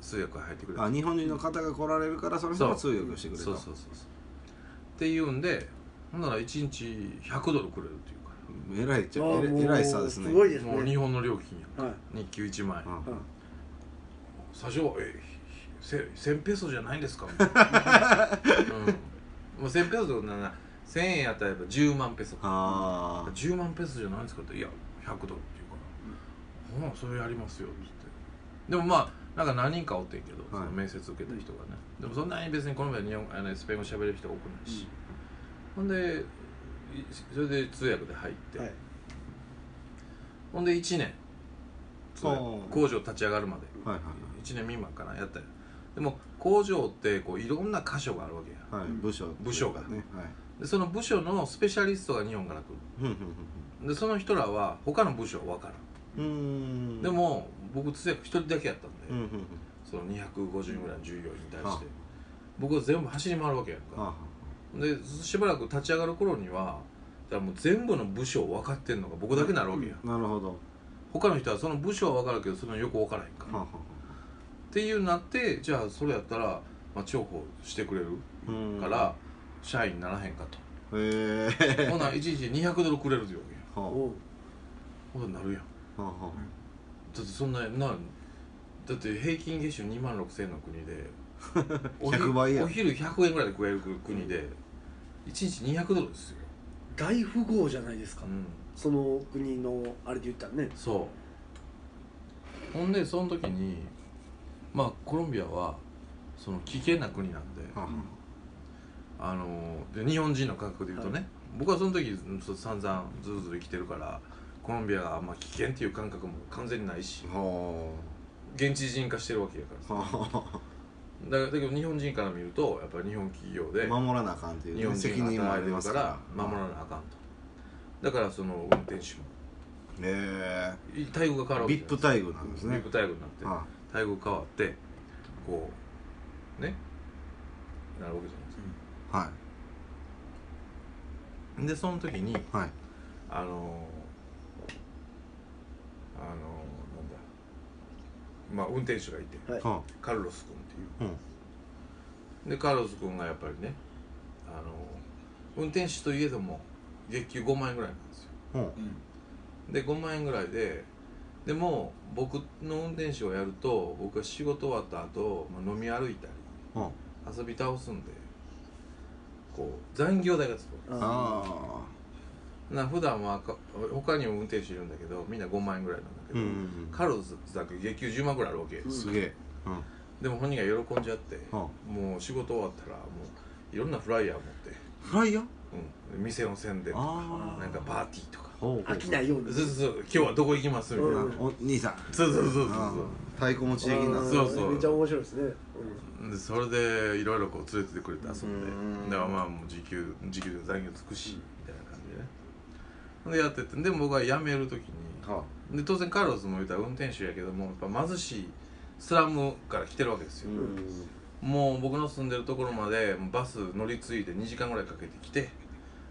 [SPEAKER 3] 通訳が入ってくれる
[SPEAKER 1] あ日本人の方が来られるからその人が通訳をしてくれた
[SPEAKER 3] そうそうそうそうっていうんでほんなら1日100ドルくれるっていうか
[SPEAKER 1] えらいっちゃえら
[SPEAKER 2] もう
[SPEAKER 1] えらい差ですね
[SPEAKER 2] すごい
[SPEAKER 1] い
[SPEAKER 2] です
[SPEAKER 3] らもう日
[SPEAKER 2] ね
[SPEAKER 3] 本の料金やん
[SPEAKER 2] はい
[SPEAKER 3] 日給1万円
[SPEAKER 1] あ
[SPEAKER 2] うん
[SPEAKER 3] 最初は「えせ1000ペソじゃないん ですか?」みたいな、うんまあ、1000ペソなら1000円やったらやっぱ10万ペソ
[SPEAKER 1] あー
[SPEAKER 3] 10万ペソじゃないんですかって「いや100ドル」っていうから「ほなそれやりますよ」って言ってでもまあなんか何人かおってんけど、その面接受けた人がねでもそんなに別にこの前日本あのスペイン語喋れる人多くないし、ほんでいそれで通訳で入って、
[SPEAKER 2] はい
[SPEAKER 3] ほんで1年通訳
[SPEAKER 1] おー
[SPEAKER 3] 工場立ち上がるまで
[SPEAKER 1] はいはい
[SPEAKER 3] 1年未満かなやったよでも工場ってこういろんな箇所があるわけや
[SPEAKER 1] はい、はい、部署
[SPEAKER 3] 部署が
[SPEAKER 1] ねはい
[SPEAKER 3] でその部署のスペシャリストが日本から来
[SPEAKER 1] ふん
[SPEAKER 3] るでその人らは他の部署は分からん
[SPEAKER 1] ふんふんうーん
[SPEAKER 3] でも僕通訳1人だけやったんで、
[SPEAKER 1] うんふんふん
[SPEAKER 3] その250人ぐらいの従業員に対して、
[SPEAKER 1] うん
[SPEAKER 3] 僕は全部走り回るわけやん
[SPEAKER 1] はあ
[SPEAKER 3] か
[SPEAKER 1] は
[SPEAKER 3] でしばらく立ち上がる頃にはだからもう全部の部署を分かってんのが僕だけになるわけや、ん
[SPEAKER 1] あなるほどは
[SPEAKER 3] 他の人はその部署は分かるけどそのよく分からへんか
[SPEAKER 1] あ
[SPEAKER 3] ら、
[SPEAKER 1] は
[SPEAKER 3] っ
[SPEAKER 1] あはあ
[SPEAKER 3] ていうなってじゃあそれやったら、まあ、重宝してくれる
[SPEAKER 1] うーん
[SPEAKER 3] から、社員にならへんかと
[SPEAKER 1] へえ
[SPEAKER 3] ほな1日200ドルくれるって言うわけ
[SPEAKER 1] はあ
[SPEAKER 3] や
[SPEAKER 1] は
[SPEAKER 2] おう
[SPEAKER 3] ほななるやんだ
[SPEAKER 1] あは
[SPEAKER 3] ってそんななだって平均月収2万6000円の国でおひ
[SPEAKER 1] 100倍やん
[SPEAKER 3] お昼100円ぐらいで食える国で1日200ドルですよ
[SPEAKER 1] あ
[SPEAKER 2] 大富豪じゃないですか、
[SPEAKER 3] うん
[SPEAKER 2] その国のあれで言ったらね
[SPEAKER 3] そうほんでその時にまあコロンビアはその危険な国なんで
[SPEAKER 1] あ
[SPEAKER 3] あので日本人の感覚で言うとね、僕はその時うんそう散々ずるずる生きてるからコロンビアがあんま危険っていう感覚も完全にないし
[SPEAKER 1] は
[SPEAKER 3] 現地人化してるわけやから
[SPEAKER 1] あは
[SPEAKER 3] だだけど日本人から見るとやっぱり日本企業
[SPEAKER 1] あ
[SPEAKER 3] で
[SPEAKER 1] 守らなあかんっていうね、
[SPEAKER 3] 日本
[SPEAKER 1] 責
[SPEAKER 3] 人が
[SPEAKER 1] 任もあ
[SPEAKER 3] 働い
[SPEAKER 1] り
[SPEAKER 3] て
[SPEAKER 1] ま
[SPEAKER 3] る
[SPEAKER 1] す
[SPEAKER 3] か
[SPEAKER 1] からら
[SPEAKER 3] 守ら
[SPEAKER 1] へ
[SPEAKER 3] なあかんとだからその運転手も
[SPEAKER 1] え
[SPEAKER 3] 待遇が変わるわけ
[SPEAKER 1] ビップ待遇なんです
[SPEAKER 3] ビ
[SPEAKER 1] ね
[SPEAKER 3] ップ待遇になって
[SPEAKER 1] あ
[SPEAKER 3] 待遇変わってこうねなるわけじゃないですか
[SPEAKER 1] は
[SPEAKER 3] でその時に
[SPEAKER 1] いはい
[SPEAKER 3] あのー、あのー、なんだまあ運転手がいて
[SPEAKER 2] はい
[SPEAKER 1] は
[SPEAKER 3] カルロス君っていう
[SPEAKER 1] あうん
[SPEAKER 3] でカルロス君がやっぱりね、あのー、運転手といえども月給5万円ぐらいなんですよ
[SPEAKER 1] うん
[SPEAKER 3] で5万円ぐらいででも僕の運転手をやると僕が仕事終わった後、まあ飲み歩いたり
[SPEAKER 1] うん
[SPEAKER 3] 遊び倒すんでこう残業代がつくわけ
[SPEAKER 1] あ
[SPEAKER 3] な普段はか他にも運転手いるんだけどみんな5万円ぐらいなんだけ
[SPEAKER 1] あう
[SPEAKER 3] ど、
[SPEAKER 1] んうん
[SPEAKER 3] カルロスだけ月給10万ぐらいあるわけ、
[SPEAKER 1] うんすげえうんは
[SPEAKER 3] でも本人が喜んじゃって、
[SPEAKER 1] あ
[SPEAKER 3] もう仕事終わったらもういろんなフライヤー持って、
[SPEAKER 1] フライヤー
[SPEAKER 3] うん、店の宣伝とか
[SPEAKER 1] あー
[SPEAKER 3] なんかパーティーとか
[SPEAKER 1] ほうほう
[SPEAKER 2] 飽きないよう
[SPEAKER 3] 「そう
[SPEAKER 2] に
[SPEAKER 3] そうそう今日はどこ行きます?」みたいな、
[SPEAKER 2] う
[SPEAKER 1] あ
[SPEAKER 2] ん
[SPEAKER 1] お兄さん
[SPEAKER 3] そうそうそうそう
[SPEAKER 1] ああ太鼓持ち的な
[SPEAKER 3] うんそうそう
[SPEAKER 2] めっちゃ面白いですね、
[SPEAKER 3] そうでそれでいろいろこう連れてってくれて遊ん
[SPEAKER 1] う
[SPEAKER 3] で
[SPEAKER 1] ん
[SPEAKER 3] だからまあもう時給時給で残業つくしみたいな感じでねほんでやっててで僕は辞める時に
[SPEAKER 1] は
[SPEAKER 3] で当然カルロスも言ったら運転手やけどもやっぱ貧しいスラムから来てるわけです
[SPEAKER 1] あう
[SPEAKER 3] よ、
[SPEAKER 1] ん
[SPEAKER 3] もう僕の住んでるところまでバス乗り継いで2時間ぐらいかけてきて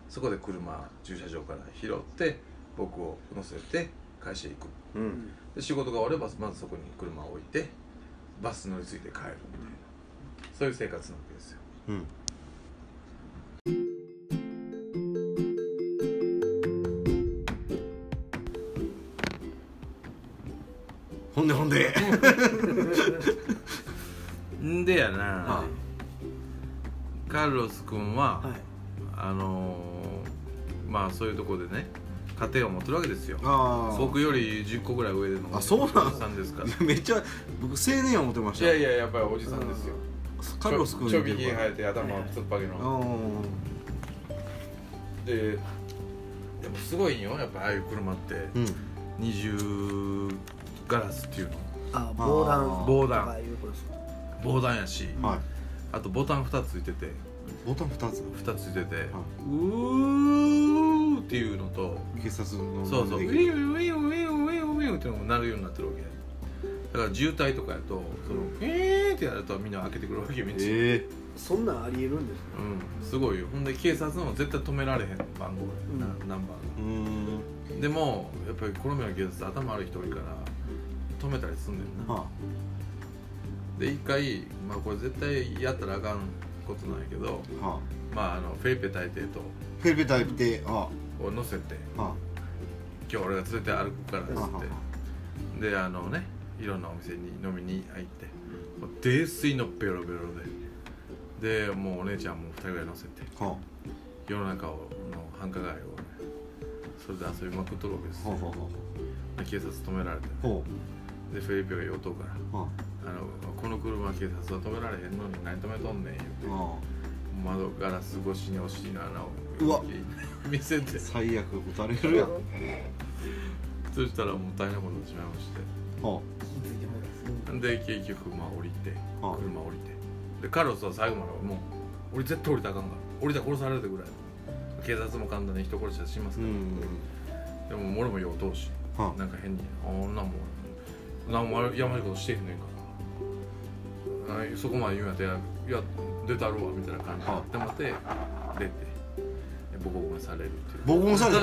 [SPEAKER 3] そこで車駐車場から拾って僕を乗せて会社へ行く
[SPEAKER 1] う
[SPEAKER 2] うんん
[SPEAKER 3] で仕事が終わればまずそこに車を置いてバス乗り継いで帰るみたいなそういう生活なわけですよ
[SPEAKER 1] うんほんでほんで
[SPEAKER 3] んでやな、
[SPEAKER 1] は
[SPEAKER 3] カルロス君は、
[SPEAKER 2] はい
[SPEAKER 3] あのーまあそういうところでね家庭を持ってるわけですよ
[SPEAKER 1] ああ
[SPEAKER 3] 僕より10個ぐらい上での
[SPEAKER 1] あそうなの
[SPEAKER 3] おじさんですから
[SPEAKER 1] めっちゃ僕青年や思ってまし
[SPEAKER 3] い
[SPEAKER 1] た
[SPEAKER 3] やいややっぱりおじさんですよ
[SPEAKER 1] カルロス君
[SPEAKER 3] ちょびひげ生
[SPEAKER 1] は
[SPEAKER 3] えて頭突っぱげの、
[SPEAKER 1] う
[SPEAKER 3] ででもすごいんよやっぱああいう車って
[SPEAKER 1] ん
[SPEAKER 3] 二重ガラスっていうの
[SPEAKER 2] あ防弾
[SPEAKER 3] 防弾
[SPEAKER 2] とかいうことですか
[SPEAKER 3] 防弾やし
[SPEAKER 1] はい
[SPEAKER 3] あとボタン2つついてて
[SPEAKER 1] ボタン二つ
[SPEAKER 3] 2つついてて、
[SPEAKER 1] は
[SPEAKER 3] うーっていうのと
[SPEAKER 1] 警察の
[SPEAKER 3] そうそうウ
[SPEAKER 1] で
[SPEAKER 3] ィ
[SPEAKER 1] きる
[SPEAKER 3] ーンウィーンウィーンウィーンウィーンっていうのも鳴るようになってるわけだから渋滞とかやとそのえーってやるとみんな開けてくるわけ道、
[SPEAKER 1] え
[SPEAKER 2] そんなんありえるんですね
[SPEAKER 3] うんすごいよほんで警察のも絶対止められへん番号やな、ナンバーが
[SPEAKER 1] えうん
[SPEAKER 3] でもやっぱりコロンビアの警察頭悪い人多いから止めたりすんねんな
[SPEAKER 1] は
[SPEAKER 3] で一回まあこれ絶対やったらあかんことなんやけど
[SPEAKER 1] あはあ
[SPEAKER 3] まああのフェリペ大帝と
[SPEAKER 1] フェルペタイプでは
[SPEAKER 3] を乗せて
[SPEAKER 1] あは
[SPEAKER 3] 今日俺が連れて歩くからっ
[SPEAKER 1] あはあ
[SPEAKER 3] つ
[SPEAKER 1] は
[SPEAKER 3] ってであのねいろんなお店に飲みに行ってもう泥酔のベロベロででもうお姉ちゃんも2人ぐらい乗せて
[SPEAKER 1] あは
[SPEAKER 3] 世の中をの繁華街をねそれで遊びまくっとるわけです
[SPEAKER 1] あはあ
[SPEAKER 3] よ
[SPEAKER 1] は
[SPEAKER 3] で警察止められて
[SPEAKER 1] あほ
[SPEAKER 3] でフェリペが酔うとうから
[SPEAKER 1] うは
[SPEAKER 3] あのこの車警察は止められへんのに何止めとんねん言う
[SPEAKER 1] あはあ
[SPEAKER 3] 窓ガラス越しにお尻の穴を
[SPEAKER 1] うわ
[SPEAKER 3] 見せて そ
[SPEAKER 1] 最悪撃たれるやんは
[SPEAKER 3] したらもう大変なことになってしまいまして
[SPEAKER 1] あ
[SPEAKER 2] 気づいてもらえ
[SPEAKER 3] で結局まあ降りて
[SPEAKER 1] あ
[SPEAKER 3] 車降りてでカルロスは最後までもう俺絶対降りたらあかんから降りたら殺されるぐらい警察も簡単に人殺しはします
[SPEAKER 1] う
[SPEAKER 3] から、
[SPEAKER 1] ん
[SPEAKER 3] でも俺もよう通し
[SPEAKER 1] は
[SPEAKER 3] なんか変にあんなもんなんもやまいことしてへんねんからあそこまで言うんやったらいや出たるわみたいな感じになってまて出てボコボコにされるっていう
[SPEAKER 1] ボコボコされ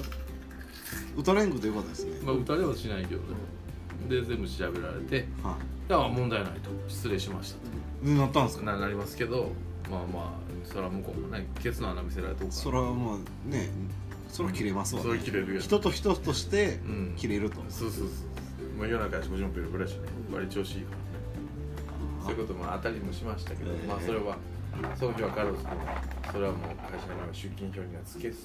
[SPEAKER 1] た撃たれんくてよかったですね
[SPEAKER 3] まあ打たれはしないけどねで全部調べられて
[SPEAKER 1] は
[SPEAKER 3] 「ああ問題ない」と「失礼しました
[SPEAKER 1] いでなったんです
[SPEAKER 3] と」
[SPEAKER 1] か
[SPEAKER 3] ななりますけどまあまあそら向こうもねケツの穴見せられとくから
[SPEAKER 1] そらまあねそら切れますわ
[SPEAKER 3] それ切れるやん
[SPEAKER 1] 人と人として
[SPEAKER 3] うん
[SPEAKER 1] 切れると
[SPEAKER 3] そうそうそうまあ夜中やし50もペロペロやしね割り調子いいからねそういうこともあたりもしましたけど、
[SPEAKER 1] ええ
[SPEAKER 3] まあそれはその日はカルロス君はそれはもう会社には出勤表にはつけず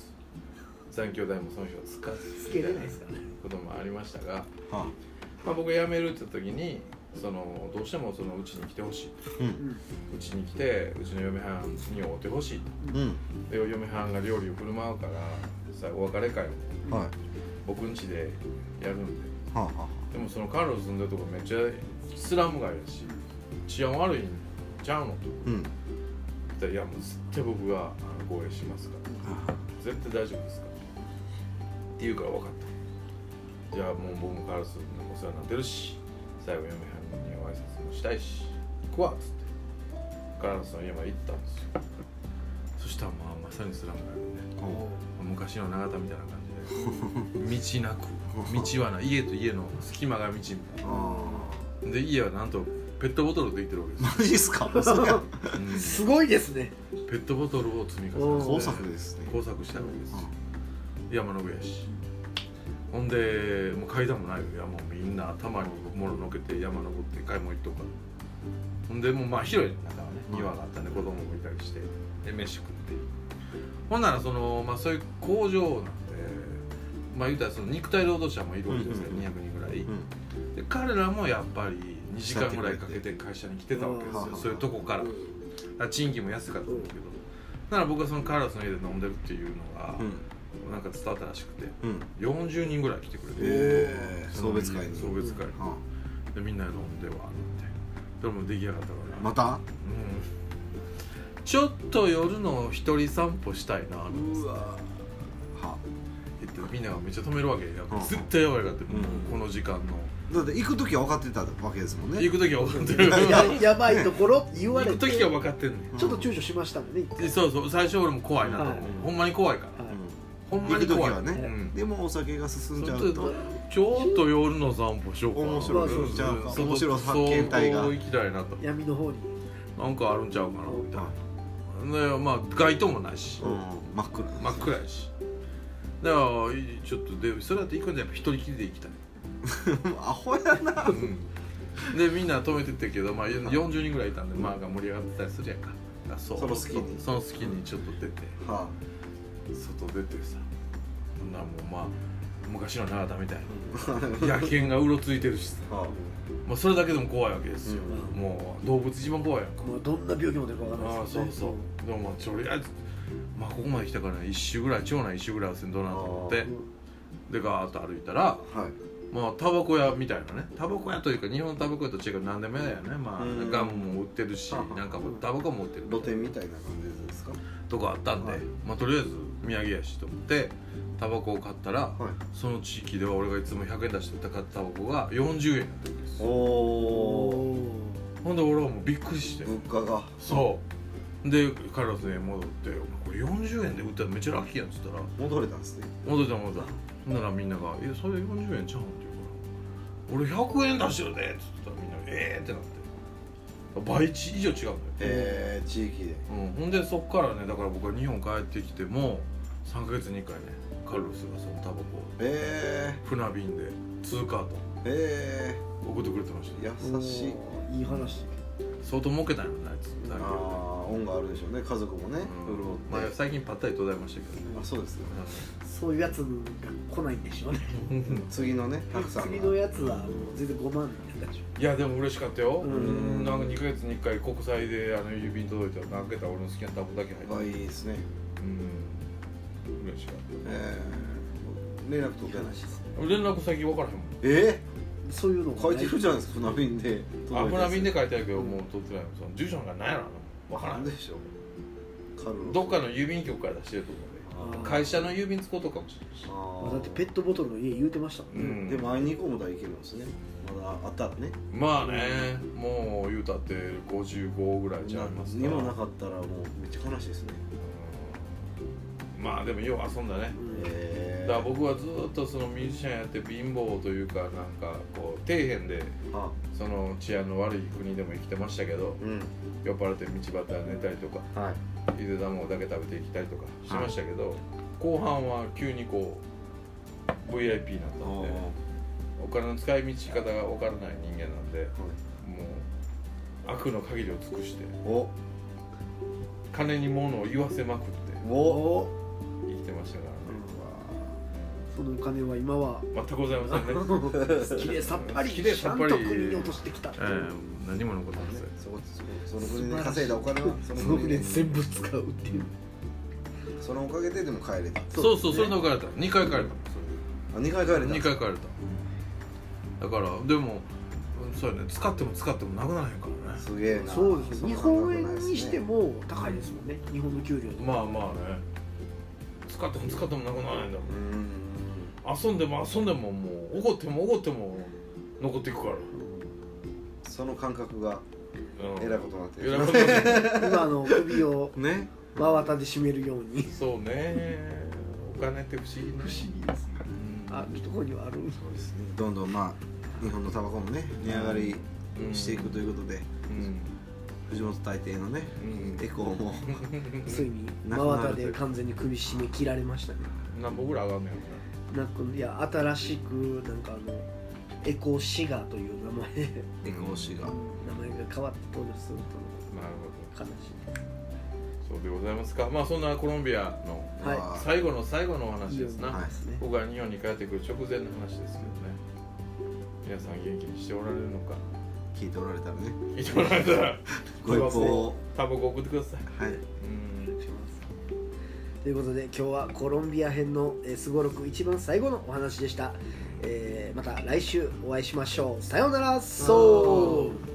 [SPEAKER 3] 残業代もその日はつかず
[SPEAKER 2] つけれないですからね
[SPEAKER 3] こともありましたが、
[SPEAKER 1] は
[SPEAKER 3] まあ、僕が辞めるって時にそのどうしてもそのうちに来てほしい
[SPEAKER 1] うん
[SPEAKER 3] うちに来てうちの嫁はんに会うてほしいと
[SPEAKER 1] うん
[SPEAKER 3] で嫁はんが料理を振る舞うからさお別れ会を
[SPEAKER 1] はい
[SPEAKER 3] 僕ん家でやるんで
[SPEAKER 1] はあはあは
[SPEAKER 3] でもそのカルロス住んでるとこめっちゃスラム街やし治安悪いんちゃうのと
[SPEAKER 1] あうん
[SPEAKER 3] 言ったら「いやもう絶対僕があの護衛しますから」絶対大丈夫ですか?」って言うから分かったじゃあもう僕もカラスにお世話になってるし最後嫁はんにお挨拶もしたいし行くわっつってカラスの家まで行ったんですよそしたらまあまさにスラム街でね
[SPEAKER 1] お
[SPEAKER 3] 昔の永田みたいな感じで道なく道はない家と家の隙間が道みたい
[SPEAKER 1] あ
[SPEAKER 3] なで家はなんとペットボトルでできてるわけで
[SPEAKER 1] あマジっすかそりゃ
[SPEAKER 3] す、
[SPEAKER 2] すごいですね
[SPEAKER 3] うんペットボトルを積み重
[SPEAKER 2] お
[SPEAKER 3] ねて
[SPEAKER 2] ー
[SPEAKER 1] 工作ですね
[SPEAKER 3] 工作したわけですよ山の上やしほんでもう階段もないよいやもうみんな頭に物のっけて山登って買い物行っとくからほんでもうまあ広い中はね
[SPEAKER 1] うん
[SPEAKER 3] 庭があったんで子供もいたりしてで飯食ってほんならそのまあそういう工場なんでまあ言うたらその肉体労働者もいるわけですよ、
[SPEAKER 1] うんうんうん
[SPEAKER 3] 200人ぐらい、
[SPEAKER 1] うん
[SPEAKER 3] で彼らもやっぱり2時間ぐらいかけて会社に来てたわけですよ
[SPEAKER 1] うん
[SPEAKER 3] そういうとこからだから賃金も安かったんだけどだから僕はそのカラスの家で飲んでるっていうのが、
[SPEAKER 1] うん
[SPEAKER 3] なんか伝わったらしくて
[SPEAKER 1] うん
[SPEAKER 3] 40人ぐらい来てくれて、
[SPEAKER 1] ええ
[SPEAKER 3] その
[SPEAKER 1] 送別会に
[SPEAKER 3] 送別会、
[SPEAKER 1] は
[SPEAKER 3] でみんなで飲んでわーってそれも出来上がったか
[SPEAKER 1] あ
[SPEAKER 3] ら、
[SPEAKER 1] また
[SPEAKER 3] うん、ちょっと夜の一人散歩したいなって
[SPEAKER 2] うわ
[SPEAKER 1] は
[SPEAKER 3] 言ってみんながめっちゃ止めるわけや
[SPEAKER 1] うん
[SPEAKER 3] 絶対やばいかって、もう
[SPEAKER 1] うん
[SPEAKER 3] この時間の
[SPEAKER 1] あだって行く時は分かってたわけですもんね
[SPEAKER 3] 行く時は分かってる
[SPEAKER 2] や やばいところって言わ
[SPEAKER 3] 行
[SPEAKER 2] れ
[SPEAKER 3] く
[SPEAKER 2] て
[SPEAKER 3] 時
[SPEAKER 2] ち
[SPEAKER 3] は
[SPEAKER 2] ょ
[SPEAKER 3] 分かってんねん
[SPEAKER 1] うん
[SPEAKER 2] っと躊躇しましたもんね一
[SPEAKER 3] で
[SPEAKER 2] 回
[SPEAKER 3] そうそう最初俺も怖いなと思う、
[SPEAKER 2] はい
[SPEAKER 3] ほんまに怖いから、
[SPEAKER 2] はい
[SPEAKER 3] ほん
[SPEAKER 1] 行
[SPEAKER 3] ま
[SPEAKER 1] く
[SPEAKER 3] に
[SPEAKER 1] 時
[SPEAKER 3] 怖い
[SPEAKER 1] はね、
[SPEAKER 3] うん
[SPEAKER 1] でもお酒が進んじゃ
[SPEAKER 3] そううそう
[SPEAKER 1] と
[SPEAKER 3] ちょっと夜の散歩しようかな
[SPEAKER 1] 面
[SPEAKER 2] 白い
[SPEAKER 3] うん
[SPEAKER 2] ち
[SPEAKER 1] ゃうか
[SPEAKER 3] そう
[SPEAKER 1] 面白い発見隊が
[SPEAKER 3] そう行きたいなと
[SPEAKER 2] 闇の方に
[SPEAKER 3] なんかあるんちゃうかなみたいなでまあ街灯もないし
[SPEAKER 1] うん真っ暗
[SPEAKER 3] 真っ暗やしだからいちょっとでそれだって行くんじゃやっぱ一人きりで行きたい、
[SPEAKER 1] アホやな
[SPEAKER 3] うん、でみんな止めてったけど、まあ、40人ぐらいいたんでまあが盛り上がってたりするやんかあそう
[SPEAKER 1] その隙に
[SPEAKER 3] その隙にちょっと出て
[SPEAKER 1] は
[SPEAKER 3] 外出てさほんならもうまあ昔の長田みたい
[SPEAKER 1] あ
[SPEAKER 3] に野犬がうろついてるしさ、
[SPEAKER 1] は
[SPEAKER 3] まあ、それだけでも怖いわけですよ、
[SPEAKER 2] うん
[SPEAKER 3] もう動物一番怖いやんか
[SPEAKER 2] まあどんな病気も出るかわからない
[SPEAKER 3] ああ
[SPEAKER 2] です
[SPEAKER 3] そう
[SPEAKER 2] ね
[SPEAKER 3] そうでもまあとりあえずまあここまで来たからね一周ぐらい町内一周ぐらいはせんとなと思ってでガーッと歩いたら
[SPEAKER 1] あはい
[SPEAKER 3] まあタバコ屋みたいなねタバコ屋というか日本のタバコ屋と違う何でも屋だよねまあ
[SPEAKER 1] うん
[SPEAKER 3] ガムも売ってるし
[SPEAKER 1] はは
[SPEAKER 3] なんかもうタバコも売ってる
[SPEAKER 1] 露店みたいな感じですか
[SPEAKER 3] とかあったんで
[SPEAKER 1] はい
[SPEAKER 3] まあとりあえず土産やしと思ってタバコを買ったら
[SPEAKER 1] はい
[SPEAKER 3] その地域では俺がいつも100円出して買ったタバコが40円だったんです
[SPEAKER 1] お
[SPEAKER 3] よ
[SPEAKER 1] お
[SPEAKER 2] おー
[SPEAKER 3] ほんで俺はもうびっくりして
[SPEAKER 1] 物価が
[SPEAKER 3] そうでカルロスに戻って「お前これ40円で売ったらめっちゃラッキーやん」っつったら
[SPEAKER 1] 戻れたんですね
[SPEAKER 3] 「戻った戻った」ほんならみんなが「えそれ40円ちゃうん?」って言うから「俺100円出してるで」っつったらみんな「ええー!」ってなって倍以上違うんだよ、
[SPEAKER 1] えー、地域で
[SPEAKER 3] うん、ほんでそっからねだから僕は日本帰ってきても3ヶ月に1回ねカルロスがそのタバコを
[SPEAKER 1] え
[SPEAKER 3] 船便で2カート
[SPEAKER 1] ー、え
[SPEAKER 3] 送ってくれてましたよ
[SPEAKER 1] ー、優しい
[SPEAKER 2] いい話
[SPEAKER 3] 相当儲けたんやろなあいつ
[SPEAKER 1] あ
[SPEAKER 3] だけどね
[SPEAKER 1] あ恩があるでしょうね家族もね
[SPEAKER 3] うん
[SPEAKER 1] 潤って、
[SPEAKER 3] まあ、最近パッタリ途絶えましたけどね
[SPEAKER 1] まあそうですよね
[SPEAKER 2] そういうやつが来ないんでしょうね
[SPEAKER 3] うん
[SPEAKER 1] 次のねたくさん
[SPEAKER 2] 次
[SPEAKER 1] が
[SPEAKER 2] のやつはもう全然5万になったでしょ
[SPEAKER 3] いやでも嬉しかったよ
[SPEAKER 2] うん
[SPEAKER 3] うんなんか2ヶ月に1回国際であの郵便届いたら開けたら俺の好きなタバコだけ入って
[SPEAKER 1] あいいですね
[SPEAKER 3] うん嬉しかっ
[SPEAKER 1] えー、連絡取ってない
[SPEAKER 3] た連絡先分からへんもん
[SPEAKER 1] え
[SPEAKER 2] そういうの
[SPEAKER 1] ー、
[SPEAKER 2] が
[SPEAKER 1] 書
[SPEAKER 2] な
[SPEAKER 1] て
[SPEAKER 2] い
[SPEAKER 1] るじゃないですか船便で
[SPEAKER 3] あ
[SPEAKER 1] 届いたやつ
[SPEAKER 3] 船便で書いてあるけどもう取ってないもんその住所なんかないやろ分からん
[SPEAKER 1] でしょカルロス
[SPEAKER 3] どっかの郵便局から出してると思う
[SPEAKER 2] あ
[SPEAKER 3] で
[SPEAKER 2] ー
[SPEAKER 3] 会社の郵便使うとかもしれないし
[SPEAKER 1] あー
[SPEAKER 2] だってペットボトルの家言うてましたもん
[SPEAKER 3] う
[SPEAKER 2] ね、
[SPEAKER 3] ん
[SPEAKER 1] でも会いに行こうもだいけるんですねまだあったらね
[SPEAKER 3] まあねもう言うたって55ぐらいじゃあります
[SPEAKER 1] 今なかったらもうめっちゃ悲しいですね
[SPEAKER 3] うんまあでもよう遊んだね
[SPEAKER 2] うん
[SPEAKER 3] だ
[SPEAKER 1] え
[SPEAKER 3] から僕はずっとそのミュージシャンやって貧乏というかなんかこう底辺で
[SPEAKER 1] あ
[SPEAKER 3] その治安の悪い国でも生きてましたけど
[SPEAKER 1] うん
[SPEAKER 3] 酔っ払って道端で寝たりとか
[SPEAKER 1] はい
[SPEAKER 3] ゆで卵だけ食べてきたりとかしてましたけど、後半は急にこう VIP になったんでお金の使い道方が分からない人間なんでもう悪の限りを尽くして
[SPEAKER 1] お
[SPEAKER 3] 金に物を言わせまくって
[SPEAKER 4] お
[SPEAKER 3] 生きてましたからね
[SPEAKER 2] そのお金は今は
[SPEAKER 3] 全くございません ね、
[SPEAKER 2] きれいさっぱり
[SPEAKER 3] きれい
[SPEAKER 2] ち
[SPEAKER 3] さ
[SPEAKER 2] ゃ
[SPEAKER 3] っ
[SPEAKER 2] ん
[SPEAKER 3] ぱ
[SPEAKER 2] と
[SPEAKER 3] り
[SPEAKER 2] 国に落としてきた、
[SPEAKER 3] ええ何も残ってません
[SPEAKER 1] そこその船で稼いだお金は
[SPEAKER 2] そ
[SPEAKER 1] そ
[SPEAKER 2] の
[SPEAKER 1] の
[SPEAKER 2] 船
[SPEAKER 1] 船
[SPEAKER 2] で
[SPEAKER 1] で
[SPEAKER 2] 全部使うっていう
[SPEAKER 1] そのおかげででも帰れた
[SPEAKER 3] そうそうそれで別れた2回帰れた
[SPEAKER 1] あ2回帰れた
[SPEAKER 3] 2回帰れただからでもうんそうやね使っても使ってもなくならへんからね
[SPEAKER 1] すげえな
[SPEAKER 2] そうです
[SPEAKER 1] そ
[SPEAKER 2] ね
[SPEAKER 1] んな
[SPEAKER 2] 日本
[SPEAKER 1] ことないで
[SPEAKER 2] 円
[SPEAKER 1] すね
[SPEAKER 2] にしても高いですもんね日本の給料
[SPEAKER 3] まあまあね使っても使ってもなくならへんだも
[SPEAKER 1] うーん
[SPEAKER 3] ん遊んでも遊んでももう怒っても怒っても残っていくから
[SPEAKER 1] その感覚が
[SPEAKER 3] うん
[SPEAKER 1] えらいことになって
[SPEAKER 3] えらい
[SPEAKER 1] る
[SPEAKER 3] ことになって る
[SPEAKER 2] 今あの首を
[SPEAKER 1] ね
[SPEAKER 2] 真綿で締めるように
[SPEAKER 3] そうねお金って不思議不思議ですね
[SPEAKER 2] あるところにはある
[SPEAKER 3] そうですね
[SPEAKER 1] どんどんまあ日本のタバコもね値上がりしていくということで、
[SPEAKER 3] うん
[SPEAKER 1] 藤本大抵のね
[SPEAKER 3] うん
[SPEAKER 1] エコー も
[SPEAKER 2] ついに
[SPEAKER 1] な
[SPEAKER 2] 真
[SPEAKER 1] くな
[SPEAKER 2] 綿
[SPEAKER 1] るという
[SPEAKER 2] で完全に首締め切られましたね
[SPEAKER 3] 何本ぐらい上がんねや
[SPEAKER 2] なんかいや新しくなんかあのエコシガーという名前
[SPEAKER 1] エコー氏が
[SPEAKER 2] 名前が変わって登場する
[SPEAKER 3] ろななるほど
[SPEAKER 2] と悲し
[SPEAKER 3] そうでございますかまあそんなコロンビアの
[SPEAKER 2] いはい
[SPEAKER 1] まあ
[SPEAKER 3] 最後の最後のお
[SPEAKER 2] い
[SPEAKER 3] 話
[SPEAKER 2] い
[SPEAKER 3] ですな、
[SPEAKER 1] はい
[SPEAKER 2] ですね
[SPEAKER 3] 僕が日本に帰ってくる直前の話ですけどね皆さん元気にしておられるのか
[SPEAKER 1] 聞いておられたらね
[SPEAKER 3] 聞いてもらえたら
[SPEAKER 1] ご一報を
[SPEAKER 3] タバコ送ってください
[SPEAKER 1] はい
[SPEAKER 3] うん
[SPEAKER 2] ということで今日はコロンビア編のえーすごろく一番最後のお話でした、えーまた来週お会いしましょうさようならそう